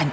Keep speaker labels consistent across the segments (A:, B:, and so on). A: An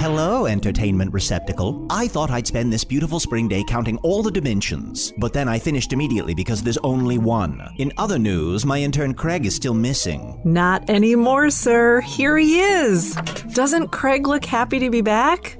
B: Hello, entertainment receptacle. I thought I'd spend this beautiful spring day counting all the dimensions, but then I finished immediately because there's only one. In other news, my intern Craig is still missing.
C: Not anymore, sir. Here he is. Doesn't Craig look happy to be back?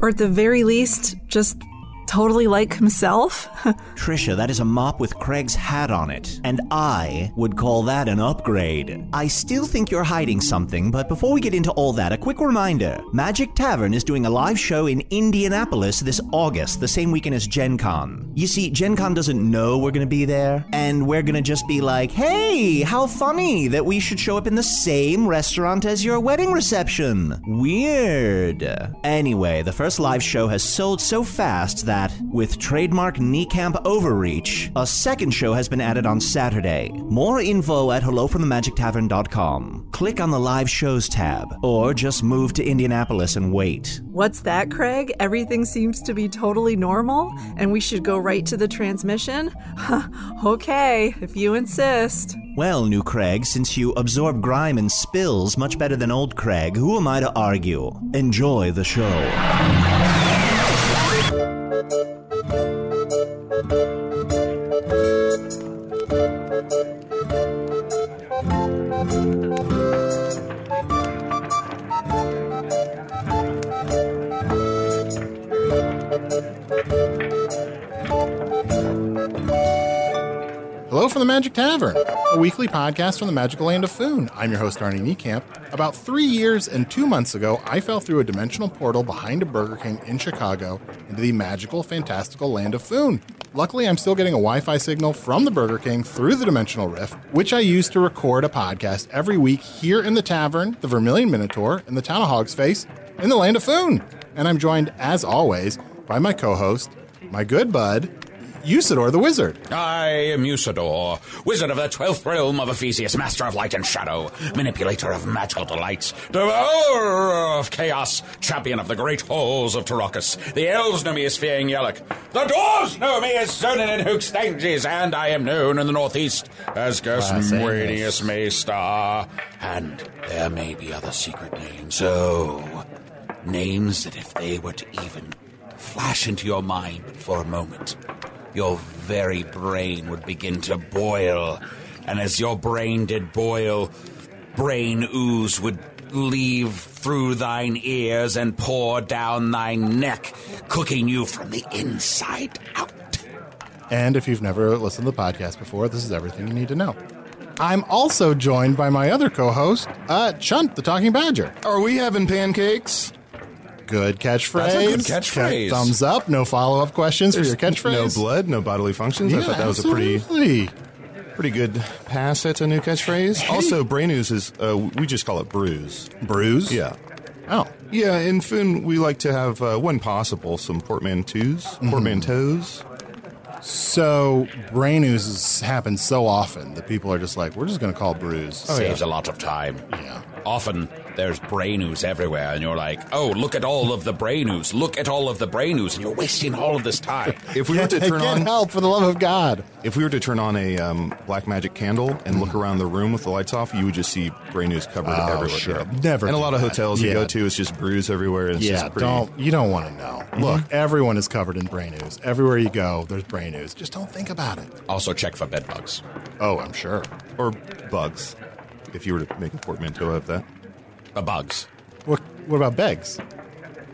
C: Or at the very least, just totally like himself?
B: Trisha, that is a mop with Craig's hat on it, and I would call that an upgrade. I still think you're hiding something, but before we get into all that, a quick reminder Magic Tavern is doing a live show in Indianapolis this August, the same weekend as Gen Con. You see, Gen Con doesn't know we're gonna be there, and we're gonna just be like, hey, how funny that we should show up in the same restaurant as your wedding reception. Weird. Anyway, the first live show has sold so fast that, with trademark Kneecamp Overreach, a second show has been added on Saturday. More info at hellofromthemagictavern.com. Click on the live shows tab, or just move to Indianapolis and wait.
C: What's that, Craig? Everything seems to be totally normal, and we should go right to the transmission? okay, if you insist.
B: Well, new Craig, since you absorb grime and spills much better than old Craig, who am I to argue? Enjoy the show.
D: Hello from the Magic Tavern, a weekly podcast from the magical land of Foon. I'm your host, Arnie Niekamp. About three years and two months ago, I fell through a dimensional portal behind a Burger King in Chicago into the magical, fantastical land of Foon. Luckily, I'm still getting a Wi Fi signal from the Burger King through the dimensional rift, which I use to record a podcast every week here in the tavern, the Vermilion Minotaur, in the town of Hog's Face, in the land of Foon. And I'm joined, as always, by my co host, my good bud, Usador the Wizard.
E: I am Usador, wizard of the twelfth realm of Ephesius, master of light and shadow, manipulator of magical delights, devourer of chaos, champion of the great halls of Tarakas. The elves know me as Fiang Yellick. The dwarves know me as Zonin and Hookstanges, and I am known in the northeast as Gersmwadius Maystar. And there may be other secret names. Oh, names that if they were to even flash into your mind for a moment, your very brain would begin to boil. And as your brain did boil, brain ooze would leave through thine ears and pour down thine neck, cooking you from the inside out.
D: And if you've never listened to the podcast before, this is everything you need to know. I'm also joined by my other co host, uh, Chunt the Talking Badger.
F: Are we having pancakes?
D: Good catchphrase.
F: That's a good
D: Th-
F: catchphrase.
D: Thumbs up. No follow up questions for your catchphrase.
F: No blood, no bodily functions.
D: Yeah,
F: I thought that was a pretty
D: absolutely.
F: pretty good pass at a new catchphrase. also, brain ooze is uh, we just call it bruise.
D: bruise.
F: Yeah.
D: Oh,
F: Yeah, in Finn, we like to have, uh, when possible, some portmanteaus,
D: Mm-hmm.
F: portmanteaus.
D: so brain ooze happens
E: Oh,
D: Oh, so often that people are just like, we're just going to call bruise.
E: Saves a lot of time.
D: yeah.
E: Often there's Brainus everywhere, and you're like, oh, look at all of the Brainus, look at all of the Brainus, and you're wasting all of this time.
F: If we were to
D: Get
F: turn on
D: help for the love of God. Mm-hmm.
F: If we were to turn on a um, black magic candle and look around the room with the lights off, you would just see Bray News covered everywhere.
D: Oh, sure.
F: Yeah.
D: Never
F: And a
D: do
F: lot of
D: that.
F: hotels you
D: Yeah.
F: go to, it's just brews everywhere. And it's
D: yeah,
F: just pretty, Mm-hmm.
D: don't you don't want to know. Look, everyone is covered in brain news. Everywhere you go, there's brain news. Just don't think about it.
E: Also, check for bed bugs.
D: Oh, I'm sure.
F: Or bugs, if you were to make a portmanteau of that.
E: Uh, bugs.
D: What what about Beggs?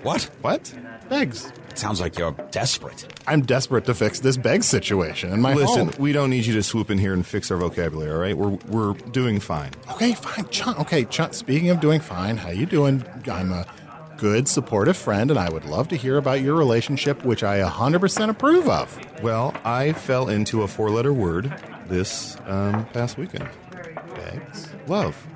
E: What?
F: What?
D: Beggs.
E: It sounds like you're desperate.
D: I'm desperate to fix this Beggs situation in my
F: Listen,
D: home.
F: we don't need you to swoop in here and fix our vocabulary, all right? We're, we're doing fine.
D: Okay, fine, Chunt. Okay, Chunt. Speaking of doing fine, how you doing? I'm a good, supportive friend, and I would love to hear about your relationship, which I 100% approve of.
F: Well, I fell into a four letter word this um, past weekend
D: Beggs.
F: love.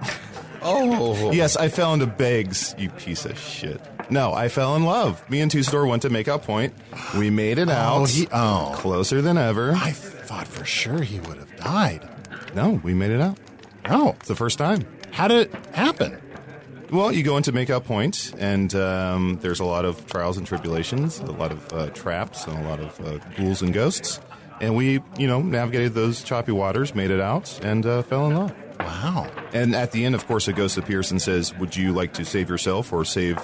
E: Oh.
F: Yes, I fell into begs, you piece of shit. No, I fell in love. Me and Two Store went to make out point. We made it out.
D: he- oh.
F: Closer than ever.
D: I thought for sure he would have died.
F: No, we made it out.
D: No.
F: It's the first time.
D: How did it happen?
F: Well, you go into make out point, and um, there's a lot of trials and tribulations, a lot of uh, traps, and a lot of uh, ghouls and ghosts. And we, you know, navigated those choppy waters, made it out, and uh, fell in love.
D: Wow.
F: And at the end, of course, a ghost appears and says, "Would you like to save yourself or save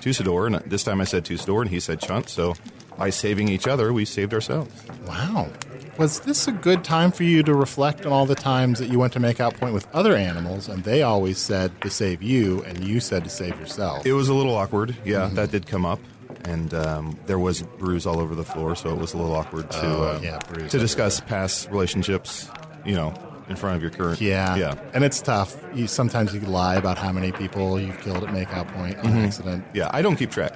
F: Tusador?" And this time, I said Tusador, and he said Chunt. So, by saving each other, we saved ourselves.
D: Wow. Was this a good time for you to reflect on all the times that you went to make out point with other animals and they always said to save you and you said to save yourself? Mm-hmm.
F: It was a little awkward. Yeah, that did come up, and um, there was bruise all over the floor, so it was a little awkward to
D: Oh,
F: uh,
D: yeah, bruise
F: to discuss past relationships. You know, in front of your current.
D: yeah.
F: yeah,
D: And it's tough. You sometimes you lie about how many people you've killed at make out point on
E: Mm-hmm.
D: accident.
F: yeah. I don't keep track,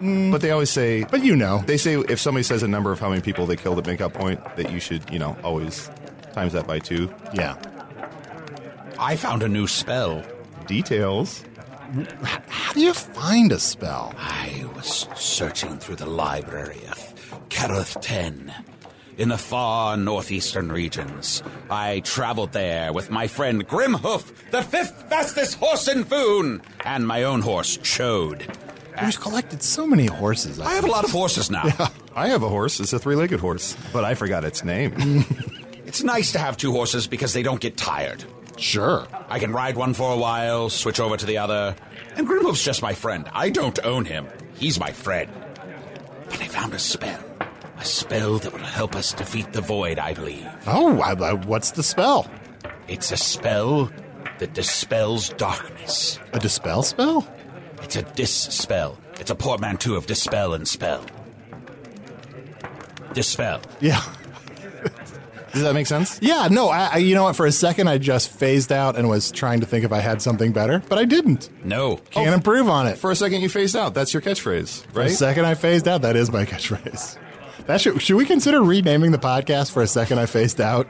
E: Mm.
F: but they always say.
D: But you know.
F: They say if somebody says a number of how many people they killed at make out point, that you should, you know, always times that by two.
D: yeah.
E: I found a new spell.
F: Details. Mm-hmm.
D: How do you find a spell?
E: I was searching through the library of Kerith 10 in the far northeastern regions. I traveled there with my friend Grimhoof, the fifth fastest horse in Foon, and my own horse, Chode.
D: We've collected so many horses.
E: I have a lot of horses now.
F: I have a horse. It's a three-legged horse, but I forgot its name.
E: It's nice to have two horses because they don't get tired.
D: Sure.
E: I can ride one for a while, switch over to the other. And Grimhoof's just my friend. I don't own him. He's my friend. But I found a spell. A spell that will help us defeat the void, I believe.
D: Oh, I, I, what's the spell?
E: It's a spell that dispels darkness.
D: A dispel spell?
E: It's a dis spell. It's a portmanteau of dispel and spell. Dispel.
D: Yeah.
F: Does that make sense?
D: Yeah, no, I, I, you know what? For a second, I just phased out and was trying to think if I had something better, but I didn't.
E: No.
D: Can't improve on it.
F: Oh, For a second, you phased out. That's your catchphrase,
D: For a
F: right?
D: second, I phased out. That is my catchphrase. That should, should we consider renaming the podcast for a second? I phased out.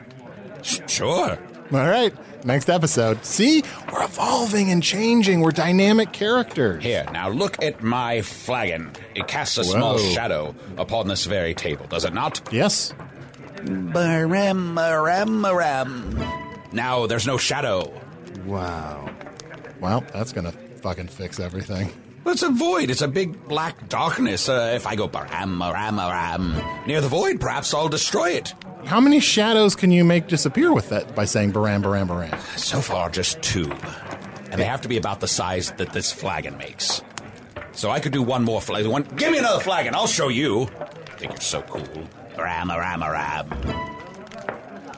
E: Sh- Sure.
D: All right, next episode. See, we're evolving and changing. We're dynamic characters.
E: Here, now look at my flagon. It casts a small
D: Whoa.
E: shadow upon this very table, does it not?
D: Yes.
E: Baram, baram, baram. Now there's no shadow.
F: Wow.
D: Well, that's gonna fucking fix everything.
E: It's a void. It's a big black darkness. Uh, if I go baram, baram, baram near the void, perhaps I'll destroy it.
D: How many shadows can you make disappear with that by saying "baram, baram, baram"?
E: So far, just two. And they have to be about the size that this flagon makes. So I could do one more flagon. One, give me another flagon. I'll show you. I think you're so cool. Ram, ram, ram.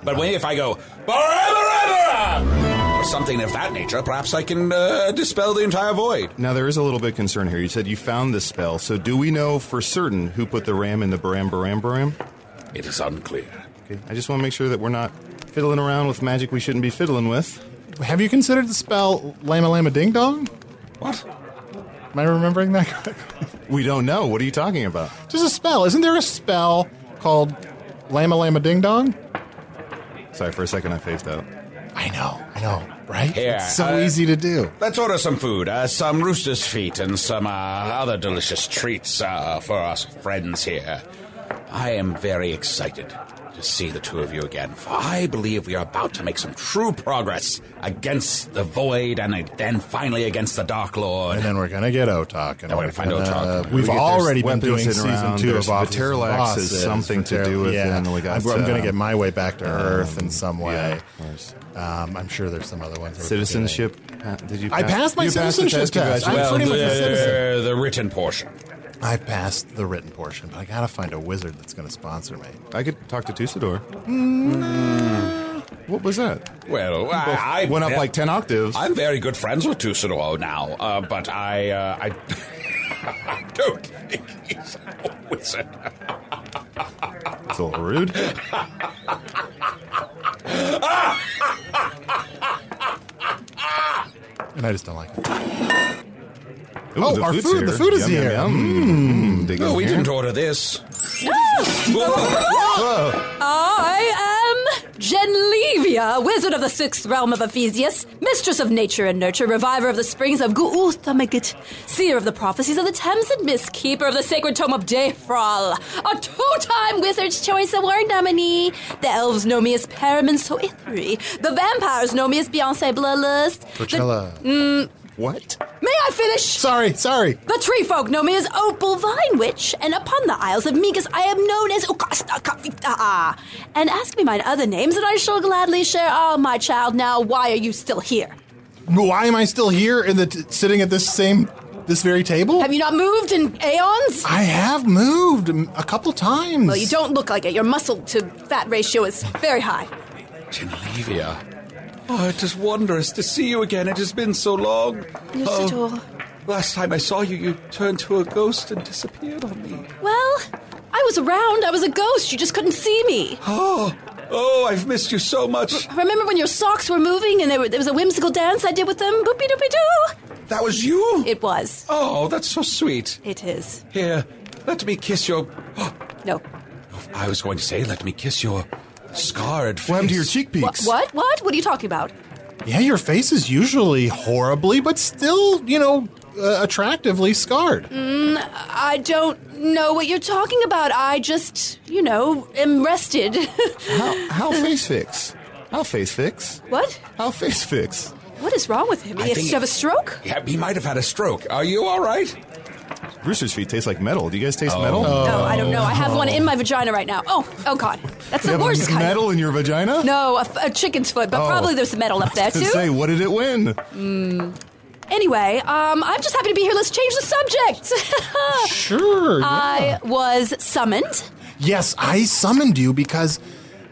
E: But wait, if I go ram, ram, ram, or something of that nature, perhaps I can uh, dispel the entire void.
F: Now there is a little bit of concern here. You said you found this spell, so do we know for certain who put the ram in the baram baram baram?
E: It is unclear.
F: Okay. I just want to make sure that we're not fiddling around with magic we shouldn't be fiddling with.
D: Have you considered the spell "lama lama ding dong"?
E: What?
D: Am I remembering that correctly?
F: We don't know. What are you talking about?
D: Just a spell. Isn't there a spell called Lama Lama Ding Dong?
F: Sorry, for a second, I phased out.
D: I know, I know, right?
E: Here,
D: it's so
E: uh,
D: easy to do.
E: Let's order some food, uh, some rooster's feet, and some uh, other delicious treats uh, for us friends here. I am very excited to see the two of you again, for I believe we are about to make some true progress against the Void and then finally against the Dark Lord.
D: And then we're gonna get Otak. And
E: Then we're gonna find Otak.
D: We've
F: We get- there's
D: already been
F: weapons
D: doing
F: sitting
D: season
F: around,
D: two of
F: there's
D: Office of
F: Viterlax has
D: Bosses.
F: something to do with
D: yeah.
F: it, and we got,
D: I'm, I'm gonna
F: uh,
D: get my way back to Earth in some way.
F: course.
D: Um, I'm sure there's some other ones. we're forgetting.
F: Citizenship. pa- Did you?
D: I
F: pass-
D: passed my
F: you
D: citizenship
F: the
D: test.
F: You
D: I'm
F: graduated.
E: well,
D: pretty much a
E: the,
D: citizen.
E: the written portion.
D: I passed the written portion, but I gotta find a wizard that's gonna sponsor me.
F: I could talk to Tusador. Hmm, What was that?
E: Well, I, I
F: went up like ten octaves.
E: I'm very good friends with Tusador now, uh, but I, uh, I, I don't think he's a wizard.
F: It's a little rude.
D: And I just don't like it.
F: Ooh,
D: Oh, our food- the food is
F: Yum, yum,
D: here.
F: Yum, Dig
E: No,
F: in
E: we
F: here.
E: didn't order this.
G: I am Genlevia, wizard of the sixth realm of Ephesius, mistress of nature and nurture, reviver of the springs of Guuthamagit, seer of the prophecies of the Thames and Mist, keeper of the sacred tome of Defral, a two-time Wizard's Choice Award nominee. The elves know me as Paramin So Ithri. The vampires know me as Beyonce Bloodlust. The-
D: Coachella.
F: What?
G: May I finish?
D: Sorry, sorry.
G: The tree folk know me as Opal Vine Witch, and upon the Isles of Migas I am known as Ukasta Kavita. And ask me mine other names, and I shall gladly share all my child. Now, why are you still here?
D: Why am I still here in the t- sitting at this same, this very table?
G: Have you not moved in aeons?
D: I have moved m- a couple times.
G: Well, you don't look like it. Your muscle to fat ratio is very high.
E: Genlevia. Oh, it is wondrous to see you again. It has been so long. Oh,
G: Tusador.
E: last time I saw you, you turned to a ghost and disappeared on me.
G: Well, I was around. I was a ghost. You just couldn't see me.
E: Oh, oh, I've missed you so much.
G: Remember when your socks were moving and there, were, there was a whimsical dance I did with them? Boopy doopy doo.
E: That was you?
G: It was.
E: oh, that's so sweet.
G: It is.
E: Here, let me kiss your.
G: No.
E: I was going to say, let me kiss your scarred face.
F: What happened to your cheek
G: Wha-
F: peaks?
G: what? What? What are you talking about?
D: Yeah, your face is usually horribly, but still, you know, uh, attractively scarred.
G: Mm, I don't know what you're talking about. I just, you know, am rested.
F: How, how face fix? How face fix?
G: what?
F: How face fix?
G: What is wrong with him?
E: I
G: He has
E: think-
G: to have a stroke?
E: Yeah, he might have had a stroke. Are you all right? Oh.
F: Rooster's feet taste like metal. Do you guys taste metal?
G: No, I don't know. I have one in my vagina right now. Oh, oh God, that's
F: you
G: the
F: have
G: worst kind.
F: metal in your vagina?
G: No, a, f- a chicken's foot, but
F: Oh.
G: probably there's some metal up there
F: To say,
G: too. Mm.
F: what did it win?
G: Anyway, um, I'm just happy to be here. Let's change the subject.
D: Sure.
G: I was summoned.
D: Yes, I summoned you because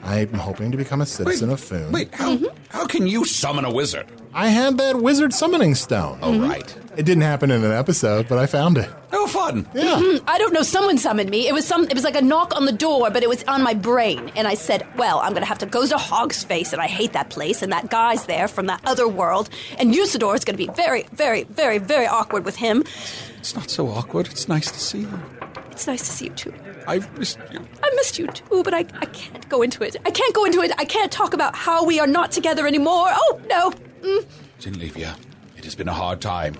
D: I'm hoping to become a citizen of Foon.
E: Wait, how, how can you summon a wizard?
D: I had that wizard summoning stone.
E: Oh, right.
D: It didn't happen in an episode, but I found it.
E: Oh, fun.
D: Yeah.
G: Mm-hmm. I don't know. Someone summoned me. It was some. It was like a knock on the door, but it was on my brain, and I said, "Well, I'm gonna have to go to Hog's Face, and I hate that place, and that guy's there from that other world, and Usador is gonna be very, very, very, very awkward with him.
E: It's not so awkward. It's nice to see you.
G: It's nice to see you too.
E: I've missed you.
G: I missed you too, but I, I can't go into it. I can't go into it. I can't talk about how we are not together anymore. Oh no." Mm.
E: Genlevia, it has been a hard time.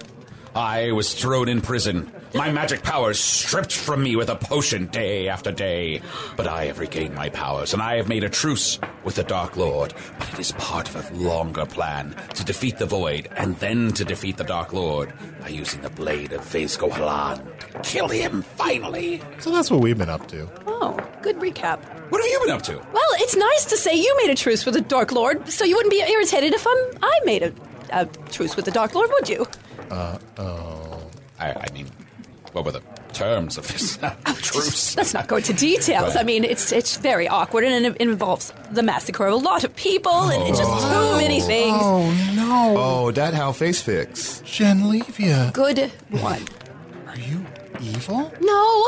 E: I was thrown in prison. My magic powers stripped from me with a potion day after day. But I have regained my powers, and I have made a truce with the Dark Lord. But it is part of a longer plan to defeat the Void, and then to defeat the Dark Lord by using the blade of Vase Gohalan to kill him finally.
D: So that's what we've been up to.
G: Oh, good recap.
E: What have you been up to?
G: Well, it's nice to say you made a truce with the Dark Lord, so you wouldn't be irritated if I'm, I made a, a truce with the Dark Lord, would you?
E: Uh, oh. I, I mean, what were the terms of this truce?
G: Let's not go into details. I mean, it's it's very awkward and it involves the massacre of a lot of people and it's just too many things.
D: Oh, no.
F: Oh, that how face fix. Oh.
D: Genlevia,
G: Good one.
D: are you evil?
G: No,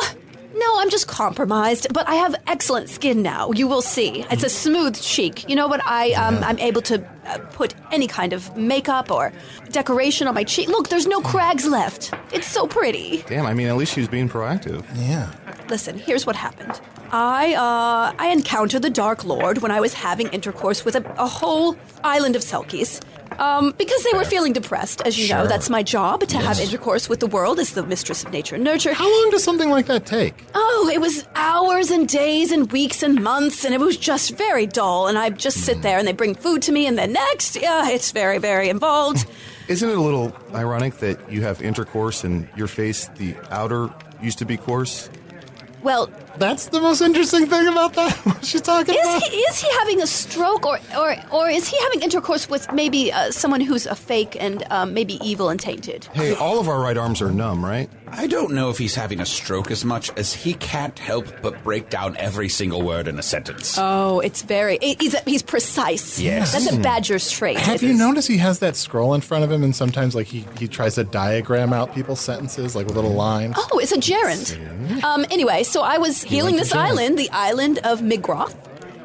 G: no, I'm just compromised, but I have excellent skin now. You will see. It's a smooth cheek. You know what? I um, I'm able to uh, put any kind of makeup or decoration on my cheek. Look, there's no crags left. It's so pretty.
F: Damn, I mean, at least she was being proactive.
D: Yeah.
G: Listen, here's what happened. I uh, I encountered the Dark Lord when I was having intercourse with a, a whole island of Selkies. Um, because they were feeling depressed, as you know. That's my job, to have intercourse with the world as the mistress of nature and nurture.
D: How long does something like that take?
G: Oh, it was hours and days and weeks and months, and it was just very dull. And I just
D: Hmm.
G: sit there, and they bring food to me, and then next, yeah, it's very, very involved.
F: Isn't it a little ironic that you have intercourse and your face, the outer, used to be coarse?
G: well,
D: That's the most interesting thing about that. What she's talking about?
G: is he is he having a stroke, or or or is he having intercourse with maybe uh, someone who's a fake and um, maybe evil and tainted?
F: Hey, all of our right arms are numb, right?
E: I don't know if he's having a stroke as much as he can't help but break down every single word in a sentence.
G: Oh, it's very. It, he's he's precise.
E: Yes.
G: that's a badger's trait.
D: Hmm. Have you noticed he has that scroll in front of him, and sometimes like he, he tries to diagram out people's sentences like with little lines.
G: Oh, it's a gerund. Um, anyway, so I was healing
D: went to
G: this
D: gerund.
G: island, the island of Migroth,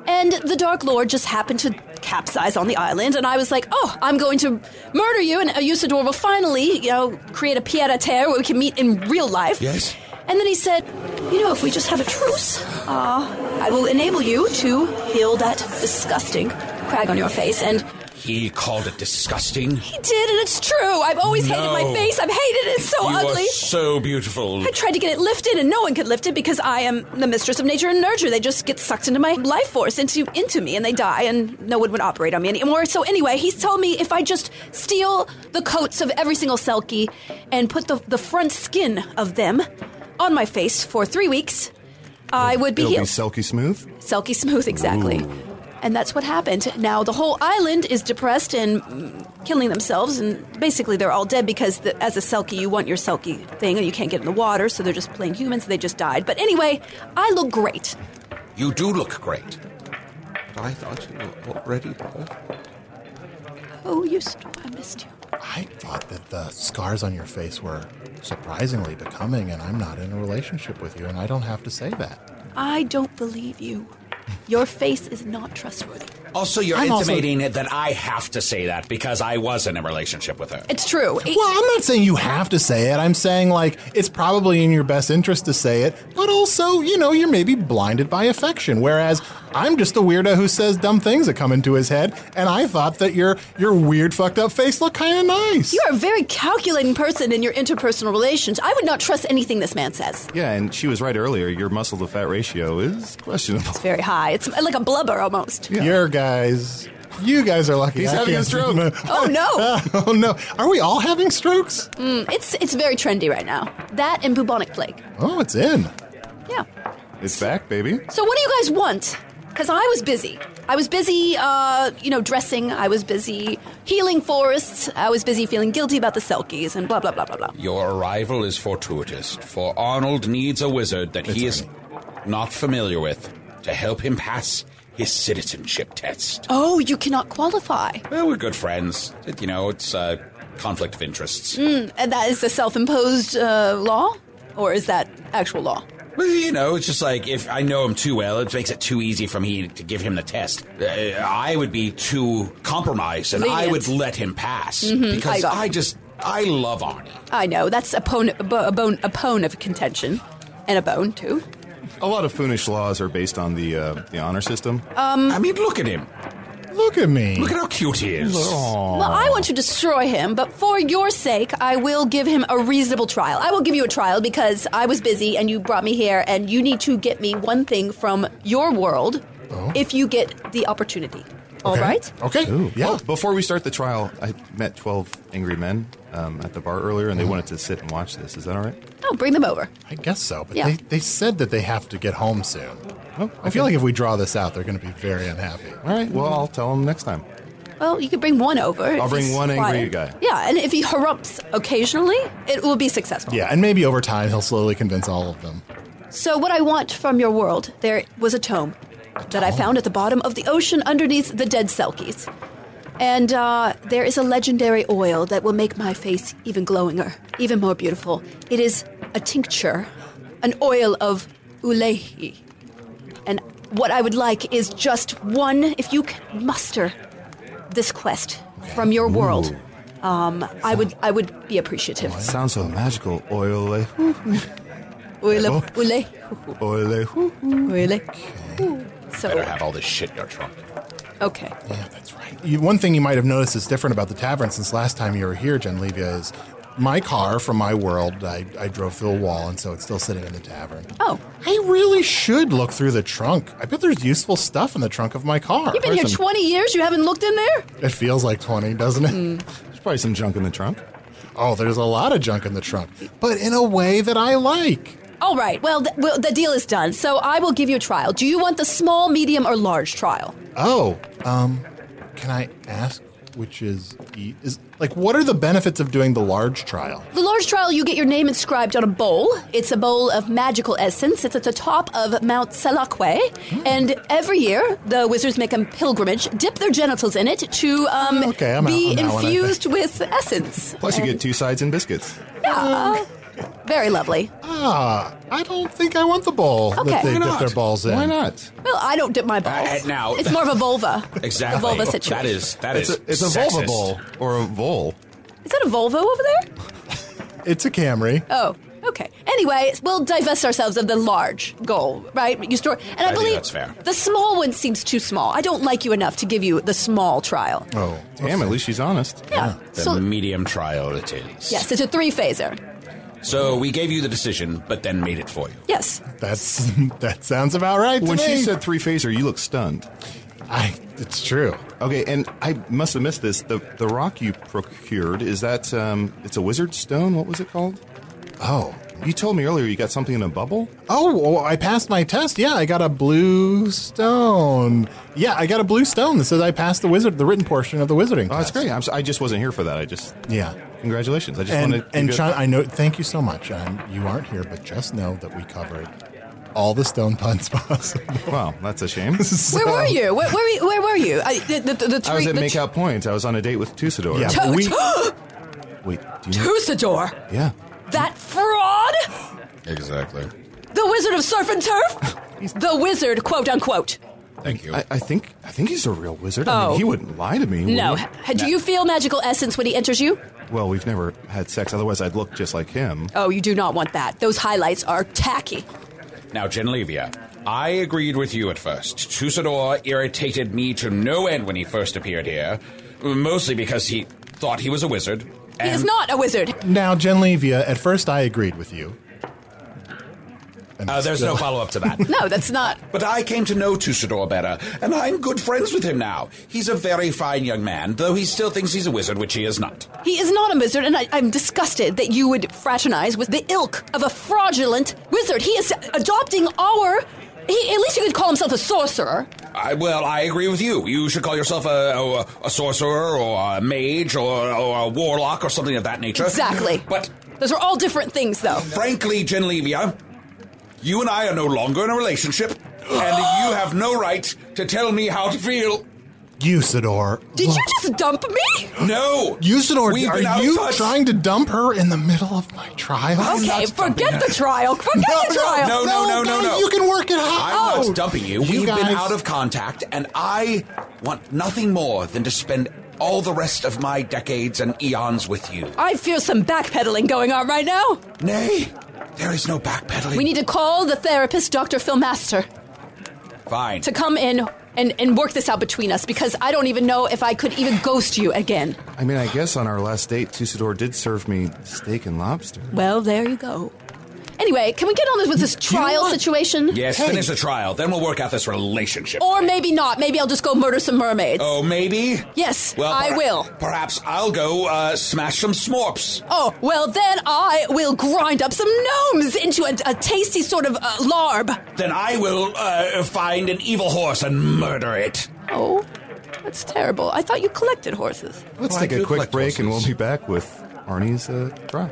G: and the Dark Lord just happened to capsize on the island, and I was like, oh, I'm going to murder you, and Usador will finally, you know, create a pied a terre where we can meet in real life.
E: Yes.
G: And then he said, you know, if we just have a truce, uh, I will enable you to heal that disgusting crag on your face, and
E: He called it disgusting.
G: he did, and it's true. I've always hated
E: No.
G: my face. I've hated it. It's so
E: you
G: ugly.
E: are so beautiful.
G: I tried to get it lifted, and no one could lift it because I am the mistress of nature and nurture. They just get sucked into my life force, into into me, and they die, and no one would operate on me anymore. So anyway, he's told me if I just steal the coats of every single selkie and put the the front skin of them on my face for three weeks, I would be
F: It'll be
G: healed.
F: silky smooth.
G: Selkie smooth, exactly. And that's what happened. Now the whole island is depressed and mm, killing themselves, and basically they're all dead because the, as a selkie, you want your selkie thing, and you can't get in the water, so they're just plain humans. They just died. But anyway, I look great.
E: you do look great. I thought you were already perfect.
G: Oh, you, st- I missed you.
D: I thought that the scars on your face were surprisingly becoming, and I'm not in a relationship with you, and I don't have to say that.
G: I don't believe you. Your face is not trustworthy.
E: Also, you're
D: I'm also-
E: intimating that I have to say that because I was in a relationship with her.
G: It's true. It-
D: Well, I'm not saying you have to say it. I'm saying, like, it's probably in your best interest to say it, but also, you know, you're maybe blinded by affection. Whereas I'm just a weirdo who says dumb things that come into his head, and I thought that your your weird, fucked up face looked kind of nice.
G: you're a very calculating person in your interpersonal relations. I would not trust anything this man says.
F: Yeah, and she was right earlier. Your muscle to fat ratio is questionable.
G: Very high. It's like a blubber almost.
D: Your guys, you guys are lucky.
F: He's
D: I
F: having a
D: can't-
F: stroke.
G: Oh no. Mm,
D: oh no, are we all having strokes?
G: It's it's very trendy right now. That and bubonic plague.
D: Oh, it's in.
G: Yeah.
F: It's back, baby.
G: So what do you guys want? Because I was busy. I was busy, uh, you know, dressing. I was busy healing forests. I was busy feeling guilty about the Selkies and blah blah blah blah blah.
E: Your arrival is fortuitous, for Arnold needs a wizard that he is not familiar with to help him pass his citizenship test.
G: Oh, you cannot qualify,
E: Well,
F: Oh.
E: we're good friends. It- you know, it's uh, conflict of interests.
G: Mm, and that is a self-imposed uh, law, or is that actual law?
E: Well, you know, it's just like if I know him too well, it makes it too easy for me to give him the test. Uh, I would be too compromised, and I
G: Lenient. Mm-hmm.
E: would let him pass
G: I
E: because
G: got it.
E: I just I love Arnie.
G: I know that's a bone, a bo- a bone, a bone of contention, and a bone too.
F: A lot of foolish laws are based on the uh, the honor system.
G: Um,
E: I mean, look at him.
D: Look at me.
E: Look at how cute he is.
G: Well, I want to destroy him, but for your sake, I will give him a reasonable trial. I will give you a trial because I was busy and you brought me here, and you need to get me one thing from your world
F: Oh.
G: if you get the opportunity. All right?
D: Okay. Yeah.
F: Oh, before we start the trial, I met 12 angry men um, at the bar earlier, and they wanted to sit and watch this. Is that all right?
G: Oh, bring them over.
D: Mm-hmm. I guess so, but
G: Yeah.
D: they, they said that they have to get home soon. I feel like if we draw this out, they're going to be very unhappy.
F: Oh, All right. Well, I'll tell them next time.
G: Well, you could bring one over. if
F: I'll bring
G: he's
F: one angry
G: quiet.
F: guy.
G: Yeah, and if he harumps occasionally, it will be successful.
D: Yeah, and maybe over time he'll slowly convince all of them.
G: So, what I want from your world, there was a tome that I found at the bottom of the ocean underneath the dead Selkies. And uh, there is a legendary oil that will make my face even glowinger, even more beautiful. It is a tincture, an oil of ulehi. And what I would like is just one, if you can muster this quest from your world. Um, I would, I would be appreciative.
F: Sounds so magical. Oile, hoo,
G: Oil of ule,
F: oile, hoo.
G: oil. So,
E: Better have all this shit in your trunk.
G: Okay.
D: Yeah, that's right. You, one thing you might have noticed is different about the tavern since last time you were here, Genlevia, is my car from my world, I, I drove through a wall, and so it's still sitting in the tavern.
G: Oh,
D: I really should look through the trunk. I bet there's useful stuff in the trunk of my car.
G: you've been here
D: There's some-
G: 20 years. You haven't looked in there?
D: It feels like 20, doesn't it?
G: Hmm.
F: There's probably some junk in the trunk.
D: Oh, there's a lot of junk in the trunk, but in a way that I like.
G: All right. Well, th- well, the deal is done. So I will give you a trial. Do you want the small, medium, or large trial?
D: Oh, um, can I ask which is e- is like what are the benefits of doing the large trial?
G: The large trial, you get your name inscribed on a bowl. It's a bowl of magical essence. It's at the top of Mount Selakwe.
D: Hmm.
G: And every year, the wizards make a pilgrimage, dip their genitals in it to um,
D: Oh, Okay, I'm out
G: be
D: on that one, I
G: infused with essence.
F: Plus, you get two sides and biscuits.
G: Yeah. Very lovely.
D: Ah, I don't think I want the bowl
G: Okay.
D: that they
G: Why
D: dip
F: not?
D: their balls in.
F: Why not?
G: Well, I don't dip my balls.
E: Uh, now-
G: it's more of a vulva.
E: Exactly.
G: A vulva situation.
E: That is that
F: It's
E: is
F: a, it's a vulva
E: sexist.
F: bowl or a vole.
G: Is that a Volvo over there?
D: It's a Camry.
G: Oh, okay. Anyway, we'll divest ourselves of the large goal, right? You store, and I,
E: think
G: believe
E: that's fair.
G: the small one seems too small. I don't like you enough to give you the small trial.
D: Oh,
F: Damn, at least she's honest.
G: Yeah.
E: The
G: So
E: medium trial it is.
G: yes, it's a three phaser.
E: So we gave you the decision, but then made it for you.
G: Yes.
D: that's that sounds about right to
F: When
D: me.
F: she said three phaser, you looked stunned.
D: I, it's true.
F: Okay, and I must have missed this. The the rock you procured is that um, it's a wizard stone. What was it called?
D: Oh,
F: You told me earlier you got something in a bubble.
D: oh, well, I passed my test. Yeah, I got a blue stone. Yeah, I got a blue stone that says I passed the wizard, the written portion of the wizarding.
F: Oh, that's
D: test.
F: great. I'm, si just wasn't here for that. I just
D: Yeah.
F: congratulations. I just
D: and
F: wanted to
D: and
F: give-
D: John, I know. Thank you so much. Um, you aren't here, but just know that we covered all the stone puns possible.
F: Wow, that's a shame.
G: Where were you? Where, where, where were you? I, the, the, the, the three,
F: I was at
G: the
F: Makeout Point. I was on a date with Tusador.
D: Yeah.
G: Tu-
D: We-
G: Tu-
F: Wait, do you know?
G: Tusador,
F: Yeah.
G: that fraud,
E: Exactly.
G: the Wizard of Surf and Turf, the Wizard, quote unquote.
E: Thank you.
F: I, I think I think he's a real wizard. I mean,
G: Oh.
F: he wouldn't lie to me. would
G: No,
F: he?
G: H- do you feel magical essence when he enters you?
F: Well, we've never had sex. Otherwise, I'd look just like him.
G: Oh, you do not want that. Those highlights are tacky.
E: Now, Genlevia, I agreed with you at first. Tusador irritated me to no end when he first appeared here, mostly because he thought he was a wizard.
G: He is not a wizard.
D: now, Genlevia, at first I agreed with you. And
E: Uh, there's no follow up to that.
G: No, that's not.
E: But I came to know Tusador better, and I'm good friends with him now. He's a very fine young man, though he still thinks he's a wizard, which he is not.
G: He is not a wizard, and I, I'm disgusted that you would fraternize with the ilk of a fraudulent wizard. He is adopting our. He, at least you could call himself a sorcerer.
E: I, well, I agree with you. You should call yourself a, a, a sorcerer or a mage or, or a warlock or something of that nature.
G: Exactly.
E: But
G: Those are all different things, though.
E: frankly, Genlevia, you and I are no longer in a relationship, and you have no right to tell me how to feel.
D: Usador.
G: Did
D: look,
G: you just dump me?
E: No,
D: Usador,
E: We've been out
D: are
E: of
D: you
E: touch.
D: trying to dump her in the middle of my trial?
G: Okay, forget the trial. Forget the trial.
E: no, no, no, no,
D: guys,
E: no.
D: You can work it out.
E: I'm not dumping you. We've
D: guys-
E: been out of contact, and I want nothing more than to spend all the rest of my decades and eons with you.
G: I fear some backpedaling going on right now.
E: Nay, there is no backpedaling.
G: We need to call the therapist, Dr. Phil Master.
E: Fine.
G: to come in and, and work this out between us because I don't even know if I could even ghost you again.
F: I mean, I guess on our last date, Tusador did serve me steak and lobster.
G: Well, there you go. Anyway, can we get on this with this
D: you know
G: trial
D: what?
G: situation?
E: yes, finish the trial. Then we'll work out this relationship.
G: Or maybe not. Maybe I'll just go murder some mermaids.
E: oh, maybe?
G: Yes,
E: Well,
G: I
E: per-
G: will.
E: Perhaps I'll go uh, smash some smorps.
G: Oh, well, then I will grind up some gnomes into a, a tasty sort of uh, larb.
E: Then I will uh, find an evil horse and murder it.
G: Oh, that's terrible. I thought you collected horses.
F: Let's
E: Well, I
F: take a
E: do
F: quick
E: collect
F: break, and we'll
E: horses.
F: be back with Arnie's uh, trial.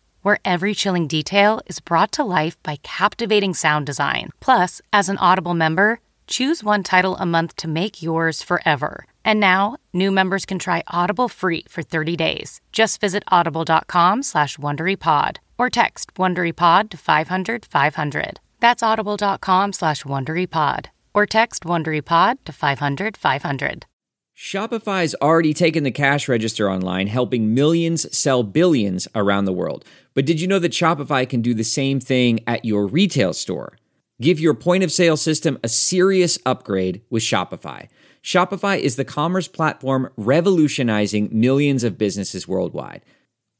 H: where every chilling detail is brought to life by captivating sound design. Plus, as an Audible member, Choose one title a month to make yours forever. And now, new members can try Audible free for 30 days. Just visit audible.com slash WonderyPod or text WonderyPod to 500, 500. That's audible.com slash WonderyPod or text WonderyPod to 500, 500.
I: Shopify's already taken the cash register online, helping millions sell billions around the world. But did you know that Shopify can do the same thing at your retail store? Give your point of sale system a serious upgrade with Shopify. Shopify is the commerce platform revolutionizing millions of businesses worldwide.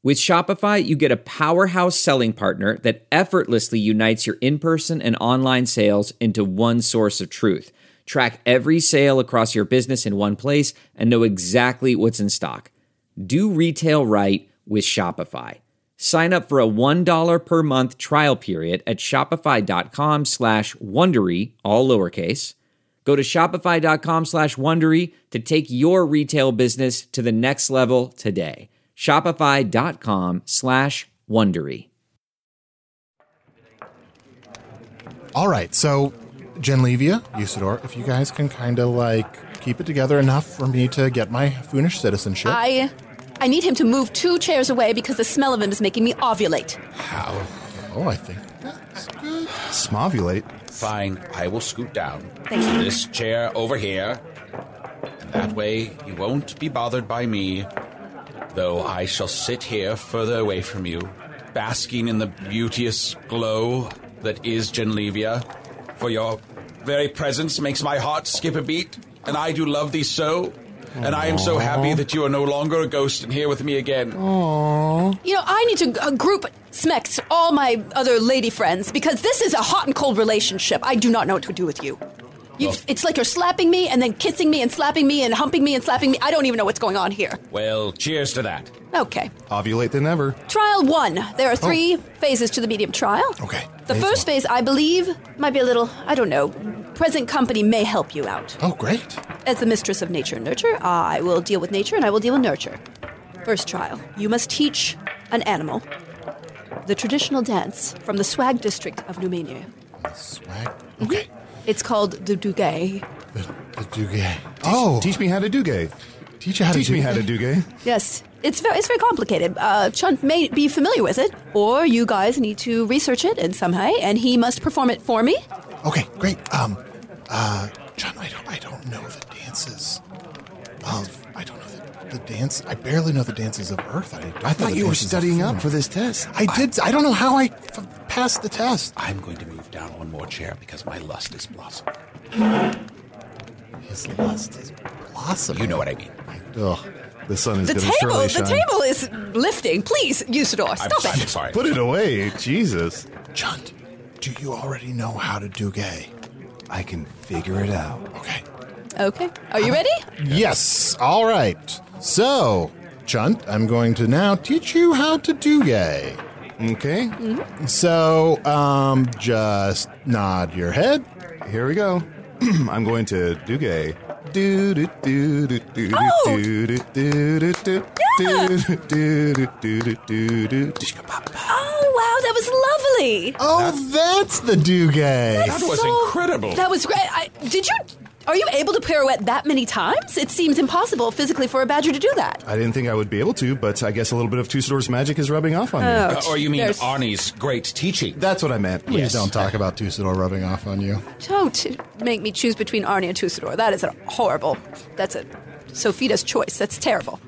I: With Shopify, you get a powerhouse selling partner that effortlessly unites your in person and online sales into one source of truth. Track every sale across your business in one place and know exactly what's in stock. Do retail right with Shopify. Sign up for a $1 per month trial period at shopify.com slash Wondery, all lowercase. Go to shopify.com slash Wondery to take your retail business to the next level today. Shopify.com slash Wondery.
D: All right, so Genlevia, Usador, if you guys can kind of like keep it together enough for me to get my Foonish citizenship.
G: I. I need him to move two chairs away because the smell of him is making me ovulate.
D: How? Oh, I think
F: Smovulate.
E: Fine, I will scoot down.
G: Thank you.
E: This chair over here. And that way you won't be bothered by me, though I shall sit here further away from you, basking in the beauteous glow that is Genlevia. For your very presence makes my heart skip a beat, and I do love thee so. And I am so happy that you are no longer a ghost and here with me again.
D: Aww.
G: You know, I need to uh, group smex all my other lady friends because this is a hot and cold relationship. I do not know what to do with you. You've, It's like you're slapping me and then kissing me and slapping me and humping me and slapping me. I don't even know what's going on here.
E: Well, cheers to that.
G: Okay.
F: Ovulate than ever.
G: Trial one. There are three phases to the medium trial.
D: Oh. Okay.
G: The first phase, I believe, might be a little, I don't know, present company may help you out.
D: Oh, great.
G: As the mistress of nature and nurture, I will deal with nature and I will deal with nurture. First trial, you must teach an animal the traditional dance from the swag district of Numania. Mm-hmm.
D: Swag. Okay.
G: It's called the Dugay.
D: The Duguay. Oh.
F: Teach me how to do gay.
D: Teach you how to
F: Teach me
D: do
F: how to
D: gay.
F: do gay.
G: Yes, it's very, it's very complicated. Uh, Chun may be familiar with it, or you guys need to research it in some way, and he must perform it for me.
D: Okay, great. Um, uh, John, I don't, I don't know the dances of, I don't know the, the dance. I barely know the dances of Earth. I, don't know the dances of Foon.
F: this test.
D: I did. I don't know how I f- passed the test.
E: I'm going to move down one more chair because my lust is blossoming.
D: His lust is blossoming.
E: You know what I mean.
D: Ugh.
F: The sun is
G: The
F: going to
G: table,
F: surely
G: the
F: shine.
G: table is lifting. Please, Usador,
E: I'm,
G: stop
E: I'm
G: it.
E: sorry.
F: Put it away, Jesus.
D: Chunt, do you already know how to do gay?
F: I can figure it out.
D: Okay.
G: Okay, are you ready?
D: Yes. All right. So, Chunt, I'm going to now teach you how to do gay.
F: Okay,
G: Mm-hmm.
D: So, um, just nod your head.
F: here we go. I'm going to do gay. Do do do do do do
G: Oh!
F: do do do do do do do do do do do do.
G: Oh wow, that was lovely.
D: Oh, that's the do gay.
E: That was incredible.
G: That was great. I, did you? Are you able to pirouette that many times? It seems impossible physically for a badger to do that.
F: I didn't think I would be able to, but I guess a little bit of Tussador's magic is rubbing off on me.
E: Uh, or you mean
G: Oh. There's-
E: Arnie's great teaching?
F: That's what I meant.
D: Please don't talk about Tusador rubbing off on you.
G: Don't make me choose between Arnie and Tussador. That is a horrible. That's a Sofita's choice. That's terrible.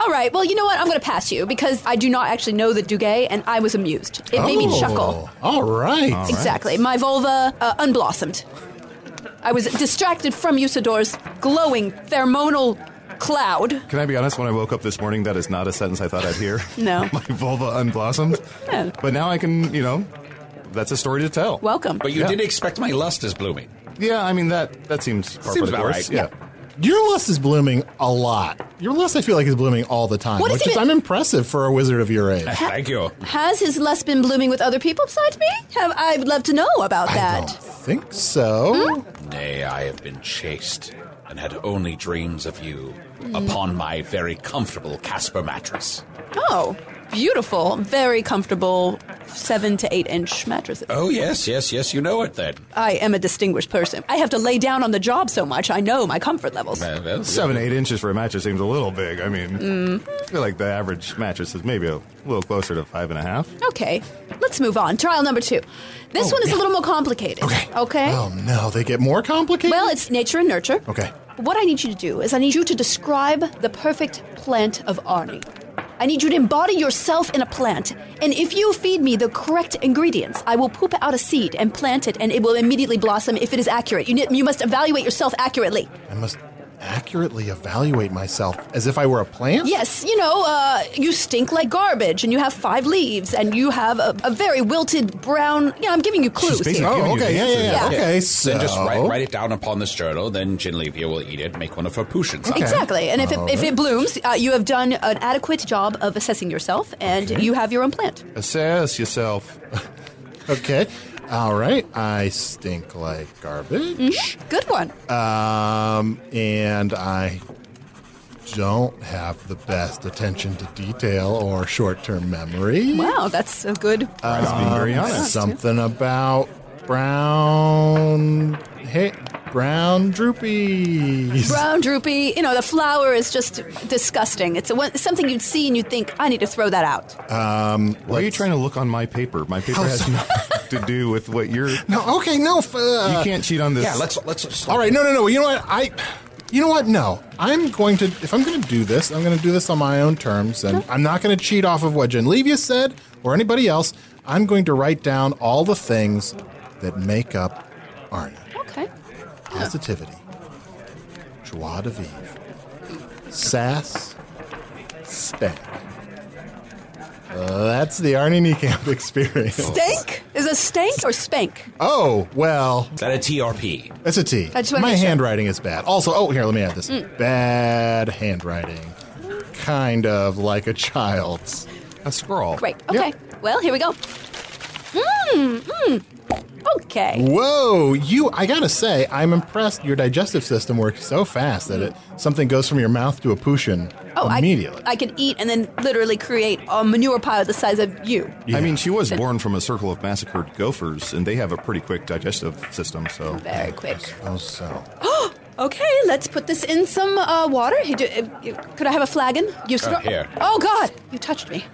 G: All right. Well, you know what? I'm going to pass you because I do not actually know the Duguay, and I was amused. It made me
D: Oh,
G: chuckle.
D: All right.
G: Exactly. My vulva uh, unblossomed. I was distracted from Usador's glowing pheromonal cloud.
F: Can I be honest? When I woke up this morning, that is not a sentence I thought I'd hear.
G: No.
F: My vulva unblossomed.
G: No.
F: But now I can, you know, that's a story to tell.
G: Welcome.
E: But you
F: Yeah.
E: did expect my lust is blooming.
F: Yeah, I mean that that seems par for
E: Seems
F: the
E: about
F: course.
E: right.
F: Yeah.
D: Your lust is blooming a lot. Your lust, I feel like, is blooming all the time,
G: What is
D: which
G: it-
D: is I'm impressive for a wizard of your age.
E: Thank you.
G: Has his lust been blooming with other people besides me? Have, I'd love to know about
D: I don't
G: that. Hmm?
D: think so.
E: Nay, I have been chased and had only dreams of you upon my very comfortable Casper mattress.
G: Oh, beautiful, very comfortable seven to eight inch mattresses.
E: Oh, yes, yes, yes, you know it then.
G: I am a distinguished person. I have to lay down on the job so much. I know my comfort levels.
E: Well, well,
F: Seven, eight inches for a mattress seems a little big. I mean, I feel like the average mattress is maybe a little closer to five and a half.
G: Okay, let's move on. Trial number two. This one is a little more complicated. Okay. Okay.
D: Oh no, they get more complicated.
G: Well, it's nature and nurture.
D: okay.
G: What I need you to do is I need you to describe the perfect plant of Arnie. I need you to embody yourself in a plant. And if you feed me the correct ingredients, I will poop out a seed and plant it, and it will immediately blossom if it is accurate. You, ne- you must evaluate yourself accurately.
D: I must accurately evaluate myself as if I were a plant.
G: Yes, you know, uh, you stink like garbage, and you have five leaves, and you have a, a very wilted brown. Yeah, I'm giving you clues
F: basically
G: here.
F: giving
D: Oh,
F: you
D: okay,
F: the
D: yeah, yeah,
F: answers.
D: yeah.
G: Yeah.
D: Okay, so
E: Then just write, write it down upon this journal, then Genlevia will eat it, make one of her potions. out of it.
G: Exactly. And if it, if it blooms, uh, you have done an adequate job of assessing yourself, and you have your own plant.
F: Assess yourself.
D: okay. All right. I stink like garbage.
G: Mm-hmm. Good one.
D: Um, and I don't have the best attention to detail or short-term memory. Um,
G: Wow, that's a good.
F: That's being very honest.
D: Something about brown, hey, brown droopies.
G: Brown droopy, you know, the flower is just disgusting. It's a, one- something you'd see and you'd think, I need to throw that out.
D: Um,
F: Why are you trying to look on my paper? My paper has nothing to do with what you're. You
D: No, okay, no. F- uh,
F: can't cheat on this.
E: Yeah, let's let's. let's
D: All right, no, no, no. You know what? I, you know what? No, I'm going to. If I'm going to do this, I'm going to do this on my own terms, and I'm not going to cheat off of what Genlevia said or anybody else. I'm going to write down all the things that make up Arnie:
G: Okay.
D: positivity, joie de vivre, sass, stank. That's the Arnie Niekamp experience.
G: Stank? Is a stank or spank?
D: Oh well,
E: Is that a TRP?
D: That's a T.
G: I just wanna
D: My
G: make sure.
D: handwriting is bad. Also, oh, here, let me add this. Bad handwriting. Kind of like a child's.
F: a scroll.
G: Great. Okay. Well, here we go. Mmm. Mm. Okay.
D: Whoa, you, I gotta say, I'm impressed your digestive system works so fast that it something goes from your mouth to a potion immediately.
G: Oh, I, I can eat and then literally create a manure pile the size of you.
F: I mean, she was born from a circle of massacred gophers, and they have a pretty quick digestive system. So
G: Very quick.
D: oh, so.
G: Okay, let's put this in some uh, water. Hey, do- uh, you- Could I have a flagon? You stro-
E: here.
G: Oh God! You touched me.